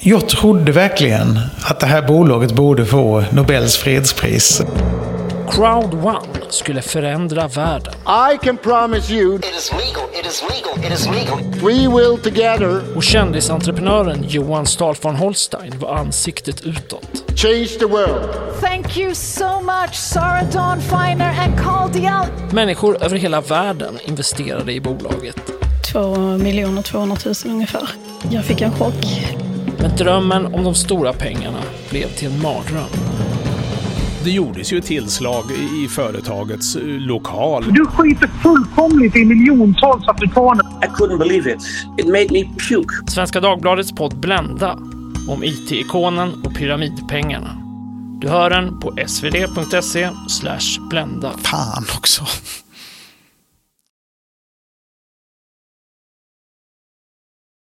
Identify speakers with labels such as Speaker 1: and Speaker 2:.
Speaker 1: Jag trodde verkligen att det här bolaget borde få Nobels fredspris.
Speaker 2: Crowd One skulle förändra världen.
Speaker 3: I can promise you
Speaker 4: It is legal. It is legal. It is legal.
Speaker 3: we will together
Speaker 2: Och kändisentreprenören Johan Stahl von Holstein var ansiktet utåt.
Speaker 3: change the world.
Speaker 5: Thank you so much, Sarah Dawn Finer and Carl Dial.
Speaker 2: Människor över hela världen investerade i bolaget.
Speaker 6: 2 miljoner 200 000 ungefär. Jag fick en chock.
Speaker 2: Men drömmen om de stora pengarna blev till en mardröm.
Speaker 7: Det gjordes ju ett tillslag i- i företagets eh, lokal.
Speaker 8: Du skiter fullkomligt i miljontals afrikaner.
Speaker 9: I couldn't believe it. It made me puke.
Speaker 2: Svenska Dagbladets podd Blenda om IT-ikonen och pyramidpengarna. Du hör den på svd.se Blenda.
Speaker 1: Fan också.